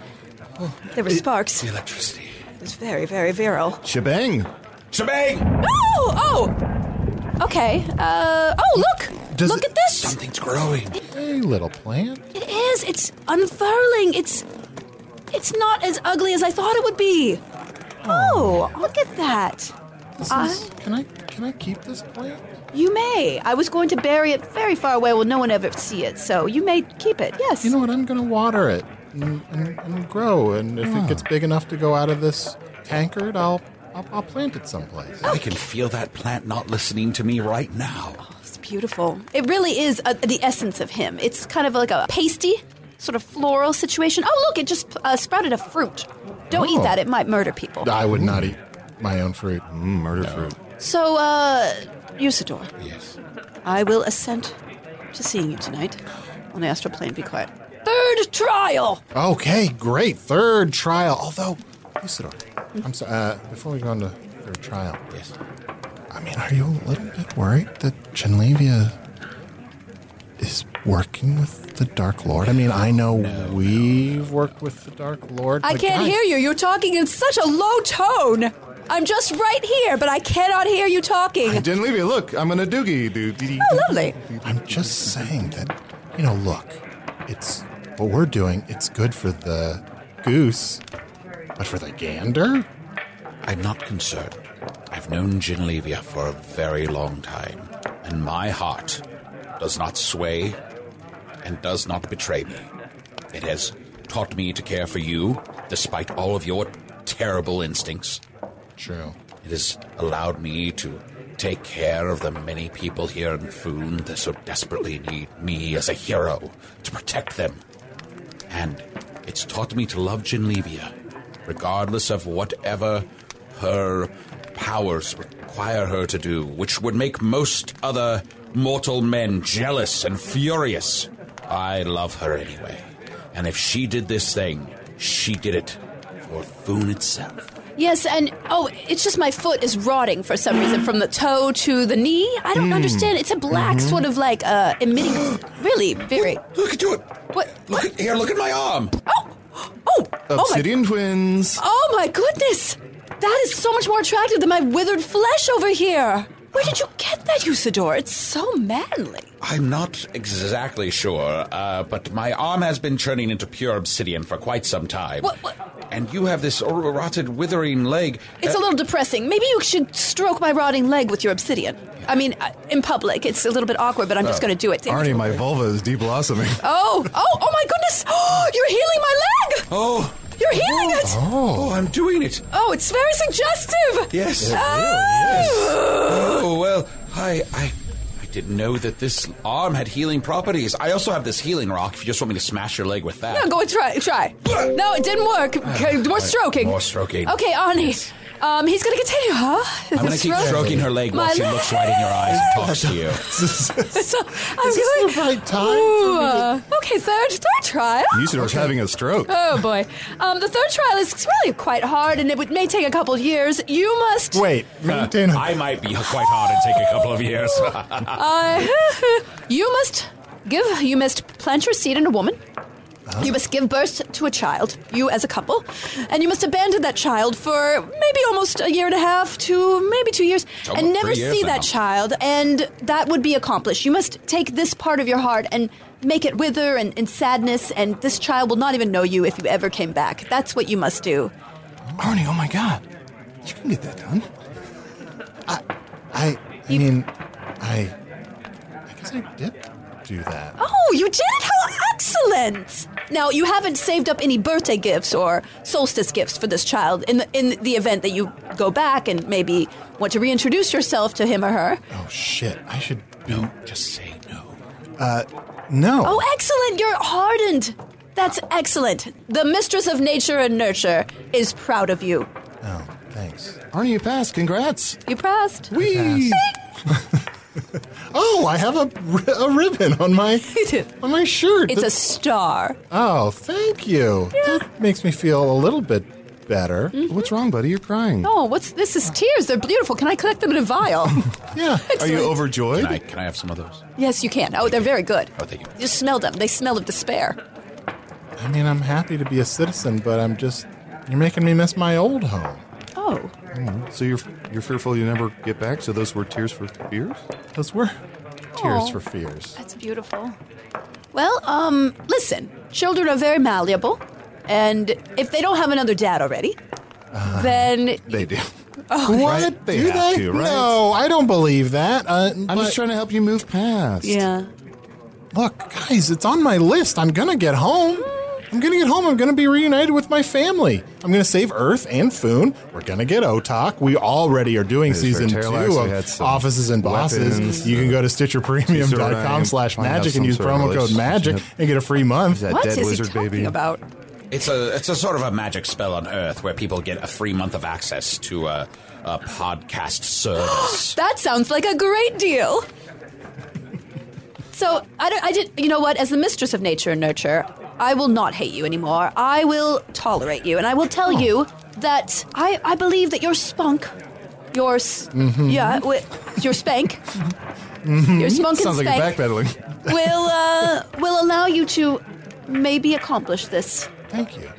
G: There were sparks. It
E: Electricity.
G: was very, very virile.
F: shebang.
E: Shebang!
G: Oh! Oh! Okay. Uh. Oh, look!
D: Does
G: look
D: it-
G: at this.
E: Something's growing.
D: Hey, little plant.
G: It is. It's unfurling. It's. It's not as ugly as I thought it would be. Oh, look at that.
D: This
G: I-
D: is- can, I, can I keep this plant?
G: You may. I was going to bury it very far away where no one ever see it, so you may keep it. Yes.
D: You know what? I'm gonna water it and, and, and grow, and if it gets
F: Ah.
D: big enough to go out of this tankard, I'll, I'll, I'll plant it someplace.
E: I can feel that plant not listening to me right now.
G: It's beautiful. It really is uh the essence of him. It's kind of like a pasty, sort of floral situation. Oh, look, it just uh, sprouted a fruit. Don't eat
D: Oh.
G: that, it might murder people.
D: I would not eat my own fruit.
F: Mm, murder fruit.
G: So, uh, Usador,
E: Yes.
G: I will assent to seeing you tonight on the astral plane. Be quiet. Third trial!
D: Okay, great. Third trial. Although, Isidore, I'm sorry. Uh, before we go on to third trial,
E: Yes.
D: I mean, are you a little bit worried that Genlevia is working with the Dark Lord? I mean, I know we've worked with the Dark Lord.
G: I
D: but
G: can't
D: guys-
G: hear you. You're talking in such a low tone. I'm just right here, but I cannot hear you talking.
F: Jen Levy, look, I'm in a doogie. doo dee
G: Oh, lovely.
D: I'm just saying that, you know, look, it's what we're doing. It's good for the goose, but for the gander,
E: I'm not concerned. I've known Genlevia for a very long time, and my heart does not sway and does not betray me. It has taught me to care for you, despite all of your terrible instincts.
D: true.
E: It has allowed me to take care of the many people here in Foon that so desperately need me as a hero to protect them. And it's taught me to love Genlevia, regardless of whatever her powers require her to do, which would make most other mortal men jealous and furious. I love her anyway. And if she did this thing, She did it for Foon itself.
G: Yes, and oh, it's just my foot is rotting for some reason from the toe to the knee. I
F: Hmm.
G: don't
E: Mm.
G: understand. It's a black
F: Mm-hmm.
E: Mhm.
G: sort of like uh, emitting, really very.
F: Oh,
E: Look at you.
G: What?
E: Look at, here, look at my arm.
G: Oh, my-
F: Obsidian twins.
G: Oh my goodness! That is so much more attractive than my withered flesh over here. Where did you get that, Usador? It's so manly.
E: I'm not exactly sure, uh, but my arm has been churning into pure obsidian for quite some time.
G: What-
F: Uh,
E: And you have this r- rotted, withering leg.
G: It's a
E: Uh,
G: little depressing. Maybe you should stroke my rotting leg with your obsidian. I mean, uh, in public, it's a little bit awkward, but I'm just
F: Uh,
G: going to do it. Damn it.
F: Arnie, my vulva is deblossoming.
G: Oh, oh, oh my goodness! You're healing my leg!
E: Oh.
G: You're healing it!
F: Oh,
E: I'm doing it.
G: Oh, it's very suggestive!
E: Yes.
G: Oh!
E: Oh well, I I I didn't know that this arm had healing properties. I also have this healing rock. If you just want me to smash your leg with that,
G: No, go and try. Try. No, it didn't work.
E: Ah,
G: Okay, More stroking.
E: More stroking.
G: Okay, Arnie. Um, he's gonna continue, huh?
E: I'm gonna keep
G: Stroke-
E: stroking her leg while
G: My
E: she
G: leg.
E: looks right in your eyes and talks to you.
G: So, I'm is this the right time? okay, third, third trial.
F: Usador's having a stroke.
G: Oh boy. Um, the third trial is really quite hard, and it would, may take a couple years. You must.
D: Wait, maintain
E: I might be quite hard and take a couple of years.
G: Uh, you must give. You must plant your seed in a woman. You must give birth to a child, you as a couple, and you must abandon that child for maybe almost a year and a half to maybe two years,
J: It's
G: and
J: almost
G: never
J: three years
G: see that
J: now.
G: child, and that would be accomplished. You must take this part of your heart and make it wither and, and sadness, and this child will not even know you if you ever came back. That's what you must do.
F: Arnie, oh my god. You can get that done.
D: I, I mean, I, I guess I did do that.
G: Oh, you did it! How excellent! Now you haven't saved up any birthday gifts or solstice gifts for this child in the, in the event that you go back and maybe want to reintroduce yourself to him or her.
D: Oh shit! I should be.
E: just say no.
D: Uh, no.
G: Oh, excellent! You're hardened. That's excellent. The mistress of nature and nurture is proud of you.
D: Oh, Thanks.
F: Arnie, you passed. Congrats.
G: You passed.
D: Whee! Oh, I have a, ri- a ribbon on my on my shirt.
G: It's a
D: That-
G: star.
D: Oh, thank you. That makes me feel a little bit better.
F: What's wrong, buddy? You're crying.
G: Oh, what's this? Is tears? They're beautiful. Can I collect them in a vial?
D: yeah.
F: Are you overjoyed?
E: Can I, can I have some of those?
G: yes, you can. Oh, they're very good.
E: Oh, thank you.
G: You smell them. They smell of despair.
D: I mean, I'm happy to be a citizen, but I'm just you're making me miss my old home.
G: Oh.
F: Hmm. So you're you're fearful you never get back. So those were tears for fears.
D: Those were tears
G: Aw.
D: for fears.
G: That's beautiful. Well, um, listen, children are very malleable, and if they don't have another dad already, then
F: Uh-huh. They do.
G: oh,
D: What?
F: They
D: do
F: have
D: they?
F: to, right?
D: No, I don't believe that. Uh,
F: I'm just trying to help you move past.
G: yeah.
D: Look, guys, it's on my list. I'm gonna get home. I'm gonna get home. I'm gonna be reunited with my family. I'm gonna save Earth and Foon. We're gonna get Otak. We already are doing
F: Yes,
D: season two
F: Fairtail actually had
D: of
F: some
D: Offices and Bosses.
F: weapons,
D: you can
F: uh,
D: go to StitcherPremium.com
F: Caesarine,
D: slash
F: find out
D: magic
F: some
D: and use
F: sort of
D: promo code
F: relationship.
D: magic and get a free month.
F: That
G: What is
F: dead
G: he
F: lizard
G: talking
F: baby.
G: about?
E: It's a it's a sort of a magic spell on Earth where people get a free month of access to a, a podcast service.
G: That sounds like a great deal. So I, don't, I did. You know what? As the mistress of nature and nurture, I will not hate you anymore. I will tolerate you, and I will tell
D: Oh.
G: you that I, I believe that your spunk, your s
D: Mm-hmm.
G: yeah, wi- your spank, your spunk
F: Mm-hmm. Sounds
G: and
F: like you're
G: spank
F: backpedaling.
G: will uh, will allow you to maybe accomplish this.
D: Thank you.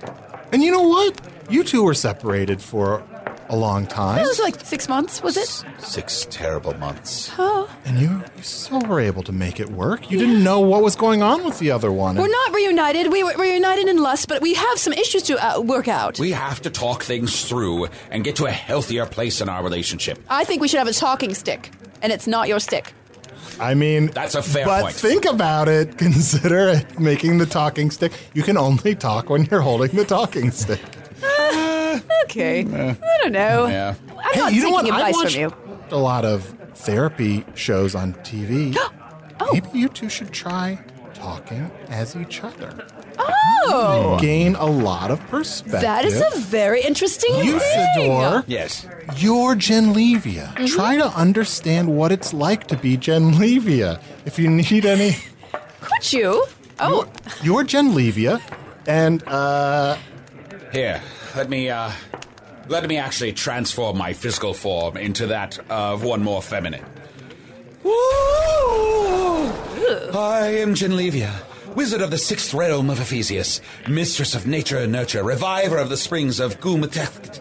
D: And you know what? You two were separated for a long
G: It
D: time,
G: was like six months, was it?
E: Six terrible months.
G: Oh.
D: and you, you still were able to make it work. You didn't know what was going on with the other one.
G: We're not reunited. We were reunited in lust, but we have some issues to uh, work out.
E: We have to talk things through and get to a healthier place in our relationship.
G: I think we should have a talking stick, and it's not your stick.
D: I mean,
E: That's a fair
D: but
E: point.
D: think about it. Consider it making the talking stick. You can only talk when you're holding the talking stick. Uh,
G: Okay. I don't know.
E: yeah.
G: I'm not
D: you know
G: taking
D: what? I
G: advice
D: watched
G: from you.
D: a lot of therapy shows on TV.
G: Oh.
D: Maybe you two should try talking as each other.
G: Oh,
D: Gain a lot of perspective.
G: that is a very interesting thing. Mm-hmm.
D: Usador,
E: Yes.
D: you're Genlevia. Try to understand what it's like to be Genlevia. If you need any,
G: Could you? Oh,
D: you're Genlevia, and uh,
E: Here, let me, uh, let me actually transform my physical form into that of one more feminine. I am Genlevia, wizard of the sixth realm of Ephesius, mistress of nature and nurture, reviver of the springs of Gumatech,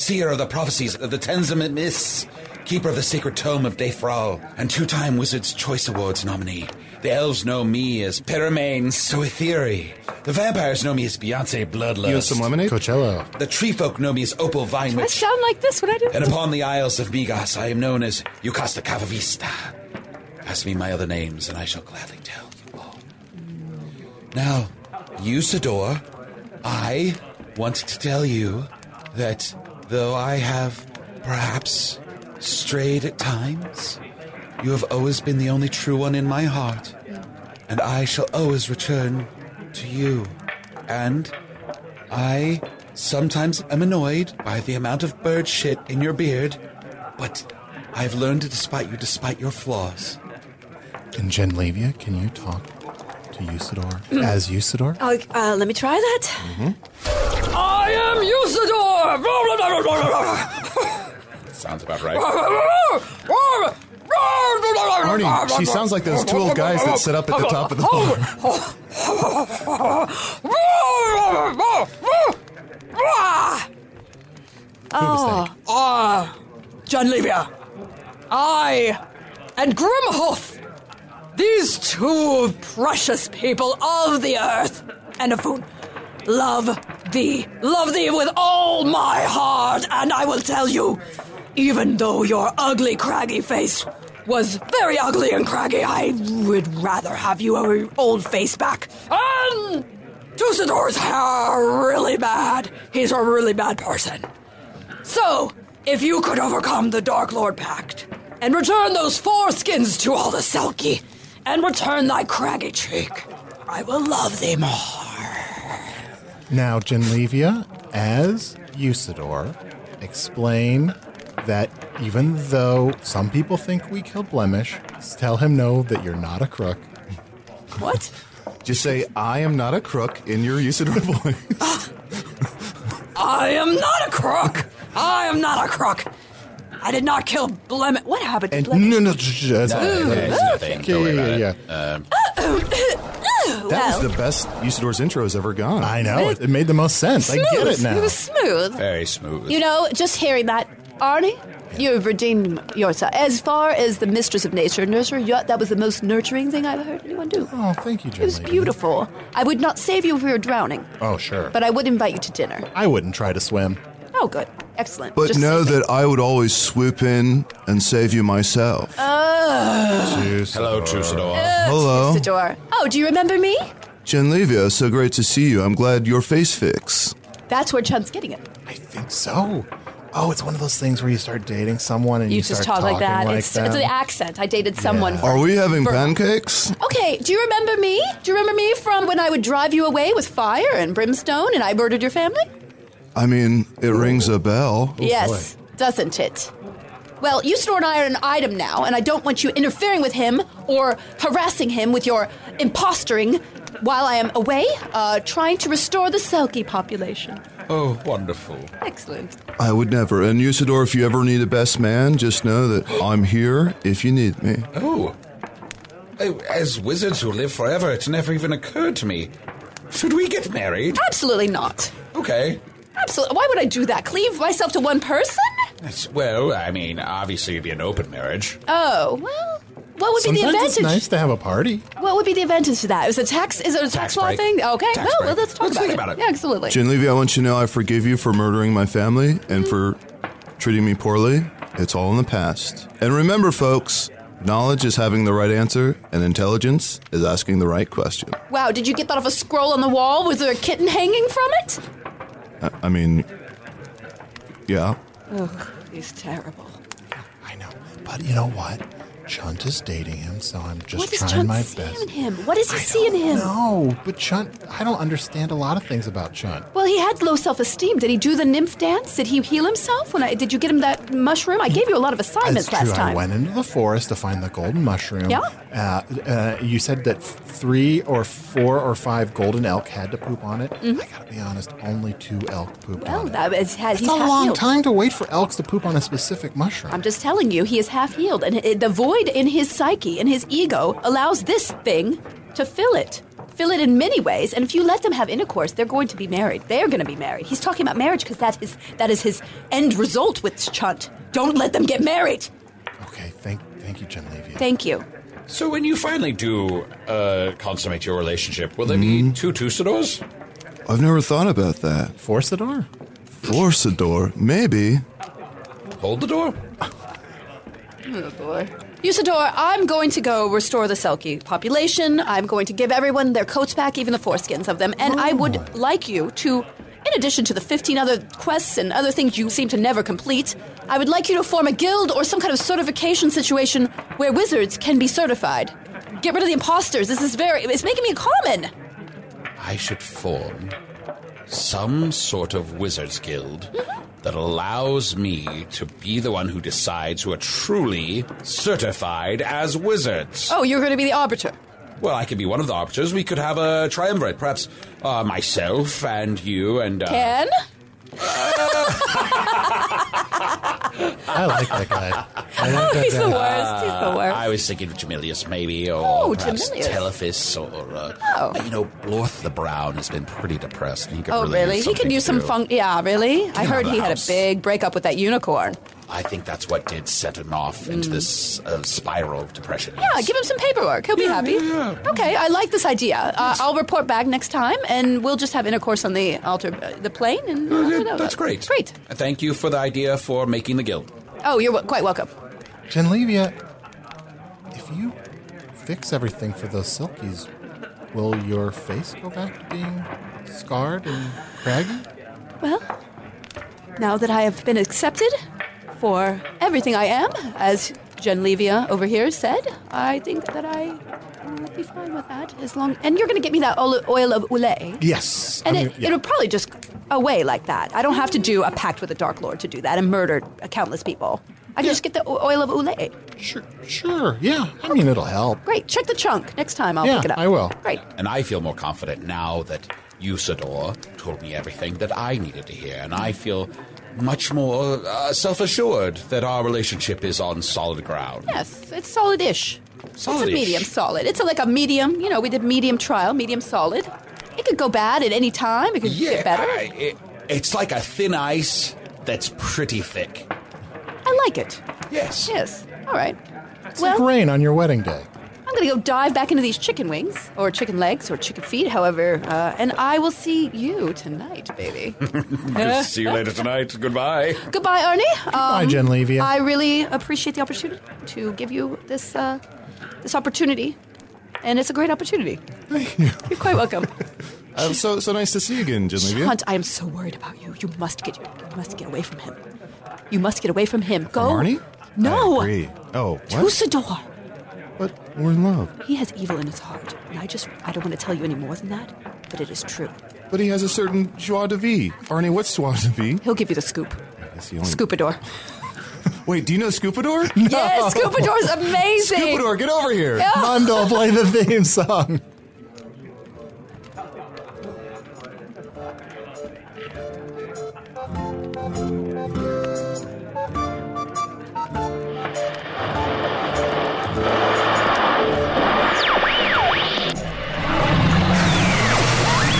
E: seer of the prophecies of the Tenzimit Myths, keeper of the sacred tome of Defral, and two time Wizard's Choice Awards nominee. The elves know me as Peramain Soethiri. The vampires know me as Beyonce Bloodlust.
D: You want some lemonade? Coachella.
E: The tree folk know me as Opal Vine
K: I
E: Witch.
K: sound like this when I do.
E: And upon the Isles of Migas, I am known as Yukasta Cavavista. Ask me my other names, and I shall gladly tell you all. Now, Usador, I want to tell you that though I have perhaps strayed at times, you have always been the only true one in my heart, and I shall always return to you. And I sometimes am annoyed by the amount of bird shit in your beard, but I've learned to despite you despite your flaws.
D: And Genlevia, can you talk to
G: Mm.
D: Usador as Usador?
K: Oh, uh, let me try that.
G: Mm-hmm.
D: Oh,
K: I am Usador! Blah, blah, blah, blah, blah, blah, blah.
E: Sounds about right.
D: Arnie, she sounds like those two old guys that sit up at the top of the bar.
K: Ah, ah, John Levia. I and Grimhoff, these two precious people of the earth and of food, love thee, love thee with all my heart. And I will tell you, even though your ugly, craggy face was very ugly and craggy, I would rather have your old face back. And Tusador's hair really bad. He's a really bad person. So, if you could overcome the Dark Lord Pact and return those foreskins to all the Selkie and return thy craggy cheek, I will love thee more.
D: Now, Genlevia, as Usador, explain that even though some people think we killed Blemish, tell him no, that you're not a crook.
K: What?
L: Just say, I am not a crook in your Usador voice.
K: I am not a crook! I am not a crook! I did not kill Blem. What happened to
D: And
K: Blem?
D: no, no, j- j-
E: It's nothing.
D: yeah,
E: Don't worry
D: yeah,
E: about
D: yeah.
E: it. Um,
G: Oh,
L: That was the best Usador's intro has ever gone.
D: I know. It, it made the most sense. I get it now.
G: smooth.
E: Very smooth.
G: You know, just hearing that, Arnie, you've redeemed yourself. As far as the mistress of nature, nurture, you- that was the most nurturing thing I've heard anyone do.
D: Oh, thank you, Genlevia.
G: It was beautiful. I would not save you if we were drowning,
D: Oh, sure.
G: but I would invite you to dinner.
D: I wouldn't try to swim.
G: Oh, good. Excellent.
F: But
G: Just-
F: know that I would always swoop in and save you myself.
G: Oh.
E: Hello, Tusador.
G: Uh,
F: Hello.
G: Isidore. Oh, do you remember me?
F: Genlevia, so great to see you. I'm glad your face fix.
G: That's where Chunt's getting it.
D: I think so. Oh, it's one of those things where you start dating someone and you,
G: You, just
D: start
G: talk like
D: talking
G: that.
D: Like
G: it's,
D: them.
G: it's the accent. I dated someone.
D: Yeah.
G: for-
F: Are we having
G: for-
F: pancakes?
G: Okay, do you remember me? Do you remember me from when I would drive you away with fire and brimstone and I murdered your family?
E: Oh,
F: I mean, it rings a bell.
G: yes, doesn't it? Well, you snore and I are an item now, and I don't want you interfering with him or harassing him with your impostering while I am away, uh, trying to restore the Selkie population.
E: Oh, wonderful.
G: Excellent.
F: I would never. And Usador, if you ever need a best man, just know that I'm here if you need me.
E: Oh. Oh, As wizards who live forever, it's never even occurred to me. Should we get married?
G: Absolutely not.
E: Okay.
G: Absolutely. Why would I do that? Cleave myself to one person?
E: That's- well, I mean, obviously it'd be an open marriage.
G: Oh well. What would be the
D: Sometimes it's
G: advantage?
D: nice to have a party.
G: What would be the advantage to that? Is it tax? Is it a tax,
E: Tax
G: law
E: break.
G: thing? Okay.
E: Tax
G: well, well,
E: break.
G: let's talk
E: Let's
G: about
E: think
G: it.
E: about it.
G: Yeah, absolutely.
F: Genlevia, I want you to know I forgive you for murdering my family and for treating me poorly. It's all in the past. And remember, folks, knowledge is having the right answer, and intelligence is asking the right question.
G: Wow. Did you get that off a scroll on the wall? Was there a kitten hanging from it?
F: I, I mean, yeah.
G: He's terrible.
D: But you know what? Chunt is dating him, so I'm just
G: What does
D: trying
G: Chunt
D: my
G: see
D: best.
G: in him? What does he see in him?
D: No, but Chunt, I don't understand a lot of things about Chunt.
G: Well, he had low self-esteem. Did he do the nymph dance? Did he heal himself? When I did you get him that mushroom? I gave you a lot of assignments
D: That's true.
G: last time.
D: I went into the forest to find the golden mushroom.
G: Yeah.
D: Uh, uh, you said that f- three or four or five golden elk had to poop on it.
G: Mhm.
D: I gotta be honest, only two elk pooped
G: Well,
D: on it.
G: that is, has,
D: It's
G: he's
D: a
G: half
D: long
G: healed.
D: time to wait for elks to poop on a specific mushroom.
G: I'm just telling you, he is half healed, and it- the void in his psyche and his ego allows this thing to fill it. Fill it in many ways, and if you let them have intercourse, they're going to be married. They're going to be married. He's talking about marriage because that is that is his end result with Chunt. Don't let them get married.
D: Okay, thank thank you, Genlevia.
G: Thank you.
E: So when you finally do uh, consummate your relationship, will there
D: Mm-hmm.
E: be two Tusadors?
M: I've never thought about that.
D: Forsador?
M: Forsador, maybe.
E: Hold the door.
G: Oh boy. Usador, I'm going to go restore the Selkie population. I'm going to give everyone their coats back, even the foreskins of them. And I
E: Oh
G: would like you to, in addition to the 15 other quests and other things you seem to never complete, I would like you to form a guild or some kind of certification situation where wizards can be certified. Get rid of the imposters. This is very. It's making me common.
E: I should form some sort of wizard's guild that allows me to be the one who decides who are truly certified as wizards.
G: Oh, you're going to be the arbiter.
E: Well, I could be one of the arbiters. We could have a triumvirate, perhaps uh, myself and you and. Uh,
G: Ken?
D: I like that guy.
G: I like that He's the guy. worst. He's the worst.
E: I was thinking of Jamilius, maybe, or
G: Oh,
E: perhaps
G: Jamilius.
E: Telephus, or uh,
G: Oh.
E: you know, Blorth the Brown has been pretty depressed. And he could
G: Oh,
E: really?
G: really?
E: use
G: He could
E: something
G: use
E: to
G: some
E: do.
G: fun. Yeah, really? I
E: him out
G: heard
E: of the
G: he had a
E: house.
G: big breakup with that unicorn.
E: I think that's what did set him off into
G: Mm.
E: this uh, spiral of depression.
G: Yeah, give him some paperwork. He'll be happy. Okay, I like this idea. Uh, I'll report back next time, and we'll just have intercourse on the altar, uh, the plane, and I don't know.
E: That's great.
G: Great.
E: Thank you for the idea for making the guild.
G: Oh, you're w- quite welcome.
D: Genlevia, if you fix everything for those silkies, will your face go back to being scarred and craggy?
G: Well, now that I have been accepted for everything I am, as Genlevia over here said, I think that I will be fine with that as long. And you're going to get me that oil, oil of ulay.
D: Yes.
G: And
D: I'm
G: it,
D: gonna- yeah.
G: it'll probably just away like that. I don't have to do a pact with the Dark Lord to do that and murder countless people. I can just get the o- oil of ulay.
D: Sure, sure, yeah. I mean, it'll help.
G: Great. Check the chunk. Next time I'll
D: Yeah,
G: pick it up.
D: I will.
G: Great.
E: And I feel more confident now that Usador told me everything that I needed to hear. And I feel much more uh, self assured that our relationship is on solid ground.
G: Yes, it's solid-ish. It's a
E: Solid-ish.
G: medium solid. It's a, like a medium. You know, we did medium trial, medium solid. It could go bad at any time. It could get better.
E: I- it- it's like a thin ice that's pretty thick.
G: I like it.
E: Yes.
G: Yes. All right.
D: It's
G: well,
D: like rain on your wedding day.
G: I'm gonna go dive back into these chicken wings or chicken legs or chicken feet, however, uh, and I will see you tonight, baby.
E: See you later tonight. Goodbye.
G: Goodbye, Arnie.
D: Goodbye, Genlevia.
G: I really appreciate the opportunity to give you this uh, this opportunity, and it's a great opportunity. Thank
M: you.
G: You're quite welcome.
M: Uh, so so nice to see you again, Genlevia.
G: Hunt, I am so worried about you. You must get you must get away from him. You must get away from him. Go.
M: Arnie?
G: No.
M: I agree. Oh, what?
G: Tusador.
M: But we're in love.
G: He has evil in his heart. And I just I don't want to tell you any more than that, but it is true.
M: But he has a certain joie de vivre. Arnie, what's joie de vivre?
G: He'll give you the scoop.
M: That's the only-
G: Scoopador.
M: Wait, do you know Scoopador?
G: Yes, Scoopador's amazing.
M: Scoopador, get over here.
G: Yeah.
D: Mondo, play the theme song.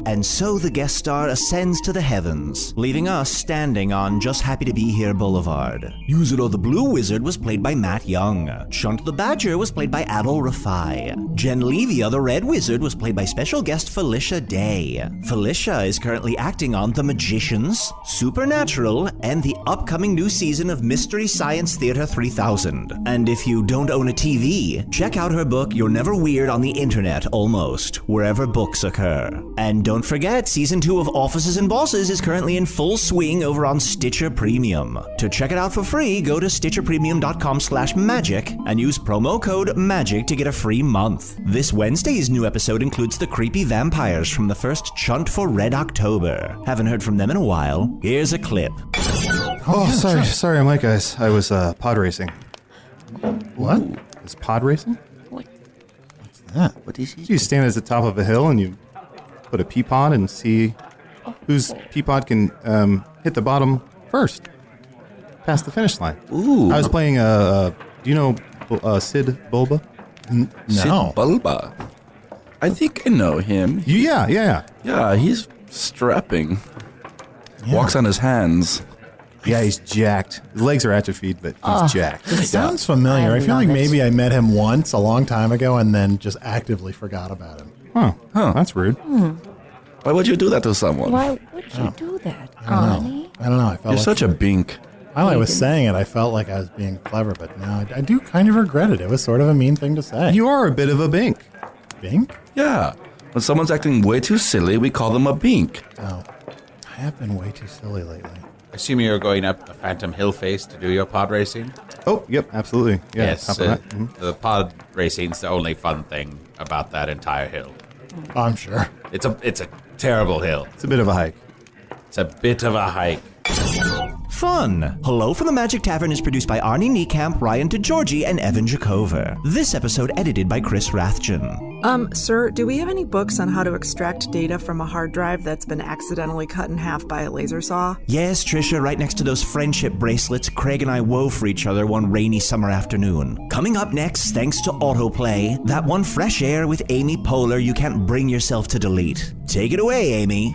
B: And so the guest star ascends to the heavens, leaving us standing on Just Happy to Be Here Boulevard. Usador the Blue Wizard was played by Matt Young. Chunt the Badger was played by Adol Rafai. Genlevia the Red Wizard was played by special guest Felicia Day. Felicia is currently acting on The Magicians, Supernatural, and the upcoming new season of Mystery Science Theater 3000. And if you don't own a TV, check out her book You're Never Weird on the Internet Almost, wherever books occur. And don't forget, season two of Offices and Bosses is currently in full swing over on Stitcher Premium. To check it out for free, go to stitcherpremium.com slash magic and use promo code MAGIC to get a free month. This Wednesday's new episode includes the creepy vampires from the first Chunt for Red October. Haven't heard from them in a while. Here's a clip.
F: Oh, sorry, sorry, I'm late, guys. I was uh, pod racing. What? Is pod racing?
N: What?
F: What's that? What is it? You stand at the top of a hill and you put a pea pod and see whose pea pod can um, hit the bottom first, past the finish line. Ooh! I was playing. Uh, uh, do you know Bu- uh, Sid Bulba? N-
N: Sid Bulba. I think I know him.
F: yeah, yeah,
N: yeah. he's strapping. Walks on his hands.
F: Yeah, he's jacked. His legs are atrophied, but he's
D: Ah, It sounds familiar. I, feel like maybe I met him once a long time ago and then just actively forgot about him.
F: Huh. Huh. That's rude.
N: Why would you do that to someone?
D: Why
N: would
D: you Oh.
N: do that?
D: I don't know. I don't know. I felt
N: You're
D: like
N: such a bink.
D: While I was saying it, I felt like I was being clever, but now I, I do kind of regret it. It was sort of a mean thing to say.
F: You are a bit of a bink.
D: Bink?
N: Yeah. When someone's acting way too silly, we call them a bink.
D: Oh. I have been way too silly lately.
E: I assume you're going up the Phantom Hill face to do your pod racing?
F: Oh, yep, absolutely. Yeah,
E: yes.
F: top of
E: uh,
F: that. Mhm.
E: The pod racing's the only fun thing about that entire hill.
D: I'm sure.
E: It's a it's a terrible hill.
F: It's a bit of a hike.
E: It's a bit of a hike.
B: Fun! Hello from the Magic Tavern is produced by Arnie Niekamp, Ryan DeGiorgi, and Evan Jacover. This episode edited by Chris Rathjen.
C: Um, sir, do we have any books on how to extract data from a hard drive that's been accidentally cut in half by a laser saw?
B: Yes, Trisha, right next to those friendship bracelets Craig and I wove for each other one rainy summer afternoon. Coming up next, thanks to autoplay, that one fresh air with Amy Poehler you can't bring yourself to delete. Take it away, Amy.